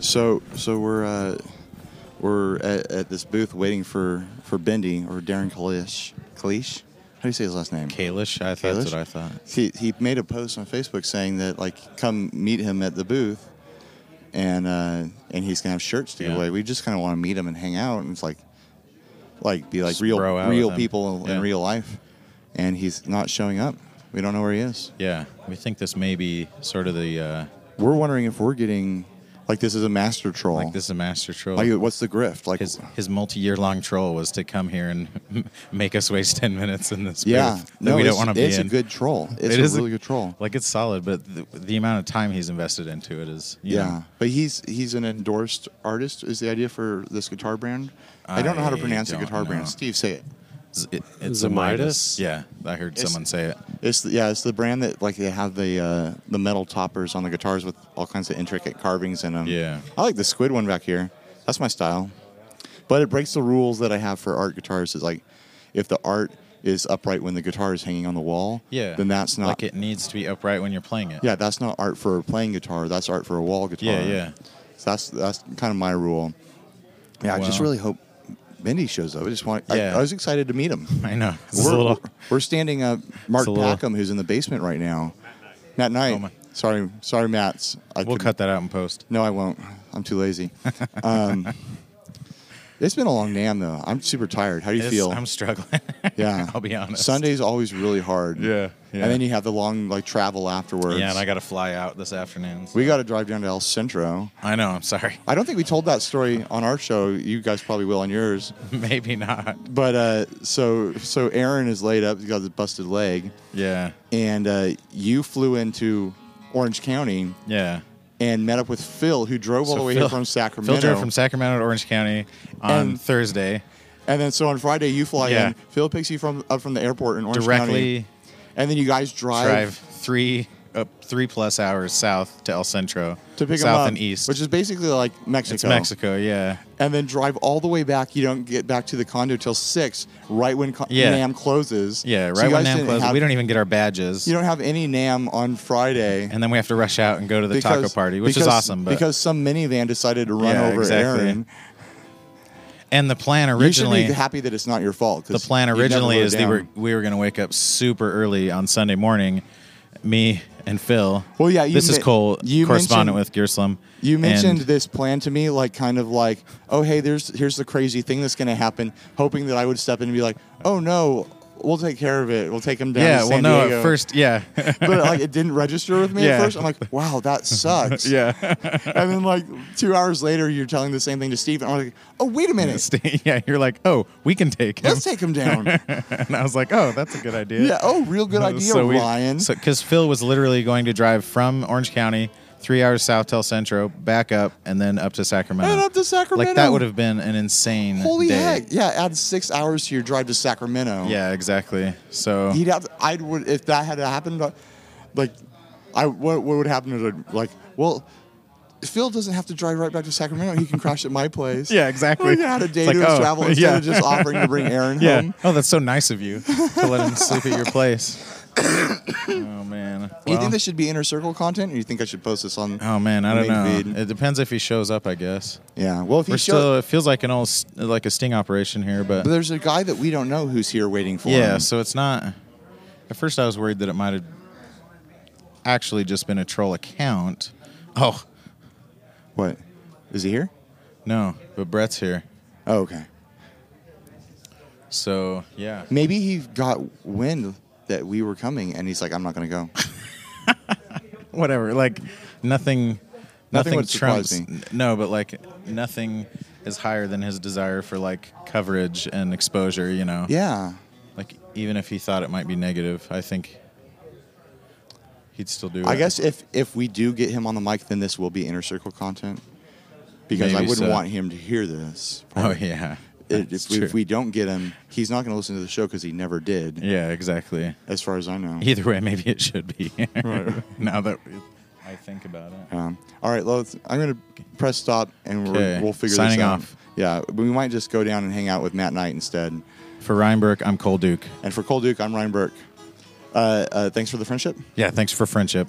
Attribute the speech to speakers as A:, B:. A: So so we're uh, we're at, at this booth waiting for for Bendy or Darren Kalish. Kalish, how do you say his last name?
B: Kalish, I thought that's
A: Kalish?
B: what I thought.
A: He he made a post on Facebook saying that like come meet him at the booth, and uh, and he's gonna have shirts to give
B: Yeah.
A: away. We just kind of want to meet him and hang out, and it's like like be like
B: Just
A: real
B: bro out
A: real
B: with him.
A: people
B: Yeah.
A: in real life, and he's not showing up. We don't know where he is.
B: Yeah, we think this may be sort of the uh,
A: We're wondering if we're getting like this is a master troll.
B: like this is a master troll.
A: Like, what's the grift? Like
B: his his multi-year long troll was to come here and make us waste 10 minutes in this
A: Yeah,
B: booth that we don't
A: it's-
B: want to be
A: It's
B: in.
A: a good troll. It's
B: It
A: a
B: is
A: really good troll.
B: Like it's solid, but the, the amount of time he's invested into it is you
A: Yeah.
B: know,
A: but he's he's an endorsed artist. Is the idea for this guitar brand? I don't know how to
B: I
A: pronounce the
B: don't
A: guitar
B: know.
A: brand. Steve, say it.
B: z- it, it's
C: Zamitis?
B: a Midas. Yeah, I heard
A: It's-
B: someone say it.
A: It's the, yeah, it's the brand that like they have the uh, the metal toppers on the guitars with all kinds of intricate carvings in them.
B: Yeah.
A: I like the squid one back here. That's my style. But it breaks the rules that I have for art guitars. Is like if the art is upright when the guitar is hanging on the wall,
B: Yeah,
A: then that's not
B: like it needs to be upright when you're playing it.
A: Yeah, that's not art for a playing guitar. That's art for a wall guitar.
B: Yeah, yeah.
A: So that's that's kind of my rule. Yeah, I just
B: Wow.
A: really hope Bendy shows up. I just want.
B: Yeah.
A: I, I was excited to meet him.
B: I know. It's
A: We're,
B: a little,
A: we're standing up. Mark
B: It's a little-
A: Packham, who's in the basement right now. Matt Knight.
B: Oh, my-
A: Sorry, sorry, Matt's. I
B: we'll
A: could-
B: cut that out in post.
A: No, I won't. I'm too lazy. um, it's been a long damn though. I'm super tired. How do you
B: It's-
A: feel?
B: I'm struggling.
A: yeah,
B: I'll be honest.
A: Sunday's always really hard.
B: Yeah, yeah.
A: And then you have the long like travel afterwards.
B: Yeah, and I got to fly out this afternoon. so-
A: We got to drive down to El Centro.
B: I know. I'm sorry.
A: I don't think we told that story on our show. You guys probably will on yours.
B: Maybe not.
A: But uh, so so Aaron is laid up. He's got this busted leg,
B: Yeah.
A: and uh, you flew into Orange County
B: Yeah.
A: and met up with Phil, who drove all
B: So
A: the way
B: Phil-
A: here from
B: Phil
A: Sacramento.
B: drove from Sacramento to Orange County on
A: And-
B: Thursday
A: and then so on Friday you fly
B: Yeah.
A: in. Phil picks you from up from the airport in Orange
B: directly.
A: County, and then you guys drive,
B: drive three up three plus hours south to El Centro
A: to pick him
B: south
A: up,
B: and east,
A: which is basically like Mexico.
B: it's Mexico. Yeah,
A: and then drive all the way back. You don't get back to the condo till six, right when co-
B: Yeah.
A: Nam closes.
B: yeah.
A: So you
B: Right when
A: guys
B: Nam
A: didn't
B: closes,
A: have-
B: we don't even get our badges,
A: You don't have any Nam on Friday.
B: and then we have to rush out and go to the taco party, which
A: because-
B: is awesome. But
A: because some minivan decided to run
B: Yeah,
A: over
B: exactly.
A: Aaron.
B: and the plan
A: you
B: originally,
A: should be happy that it's not your fault. 'cause
B: the plan
A: you never
B: originally
A: wrote
B: is they
A: down.
B: were we were going to wake up super early on Sunday morning, me and Phil.
A: Well, yeah, you
B: this is
A: men-
B: Cole,
A: you
B: correspondent with
A: mentioned-
B: Gearslam.
A: You
B: and-
A: mentioned this plan to me, like kind of like, oh hey, there's here's the crazy thing that's going to happen, hoping that I would step in and be like, oh no, we'll take care of it. We'll take him down.
B: yeah.
A: to
B: Well,
A: San
B: no,
A: Diego.
B: at first, yeah,
A: but like it didn't register with me at
B: Yeah.
A: first. I'm like, wow, that sucks.
B: yeah.
A: And then like two hours later, you're telling the same thing to Steve, and I'm like, oh wait a minute,
B: yeah, you're like, oh, we can take him.
A: let's take him down.
B: and I was like, oh, that's a good idea.
A: yeah. Oh, real good idea, Ryan.
B: Because Phil was literally going to drive from Orange County, three hours south to El Centro, back up, and then up to Sacramento.
A: And up to Sacramento.
B: uh, Like, that would have been an insane
A: Holy
B: day.
A: heck! Yeah, add six hours to your drive to Sacramento.
B: Yeah, exactly. So,
A: he'd have. To, I would if that had happened. uh, Like, I what, what would happen to the- like? Well, Phil doesn't have to drive right back to Sacramento. He can crash at my place.
B: yeah, exactly.
A: We had a day
B: It's like,
A: to his
B: oh,
A: travel instead
B: yeah,
A: of just offering to bring Aaron
B: yeah.
A: home.
B: Oh, that's so nice of you to let him sleep at your place. oh, man.
A: Do you
B: Well,
A: think this should be inner circle content, or you think I should post this on?
B: Oh man, I
A: the
B: don't know.
A: main feed?
B: It depends if he shows up, I guess.
A: Yeah. Well, if he
B: We're
A: shows,
B: still. It feels like an old, s- like a sting operation here, but
A: but there's a guy that we don't know who's here waiting for
B: Yeah,
A: him.
B: so it's not. At first, I was worried that it might have actually just been a troll account. Oh
A: What? Is he here?
B: no, but Brett's here,
A: Oh, okay.
B: so yeah.
A: Maybe he got wind that we were coming, and he's like, "I'm not going to go."
B: Whatever, like nothing.
A: Nothing
B: Nothing,
A: would surprise
B: trumps.
A: me.
B: No, but like nothing is higher than his desire for like coverage and exposure. You know.
A: yeah.
B: Like even if he thought it might be negative, I think he'd still do.
A: I
B: it.
A: guess if if we do get him on the mic, then this will be inner circle content because I
B: Maybe
A: wouldn't
B: so.
A: want him to hear this.
B: Oh yeah.
A: It,
B: That's
A: if, we, if
B: true.
A: we don't get him, he's not going to listen to the show because he never did,
B: Yeah, exactly.
A: as far as I know.
B: Either way, maybe it should be. now that I think about it.
A: Um, all right, let's, I'm going to press stop and we're,
B: Okay,
A: we'll figure
B: signing
A: this out.
B: off.
A: Yeah, but we might just go down and hang out with Matt Knight instead.
B: For Reinberg, I'm Cole Duke.
A: And for Cole Duke, I'm Ryan Burke. Uh, uh, thanks for the friendship.
B: Yeah, thanks for friendship.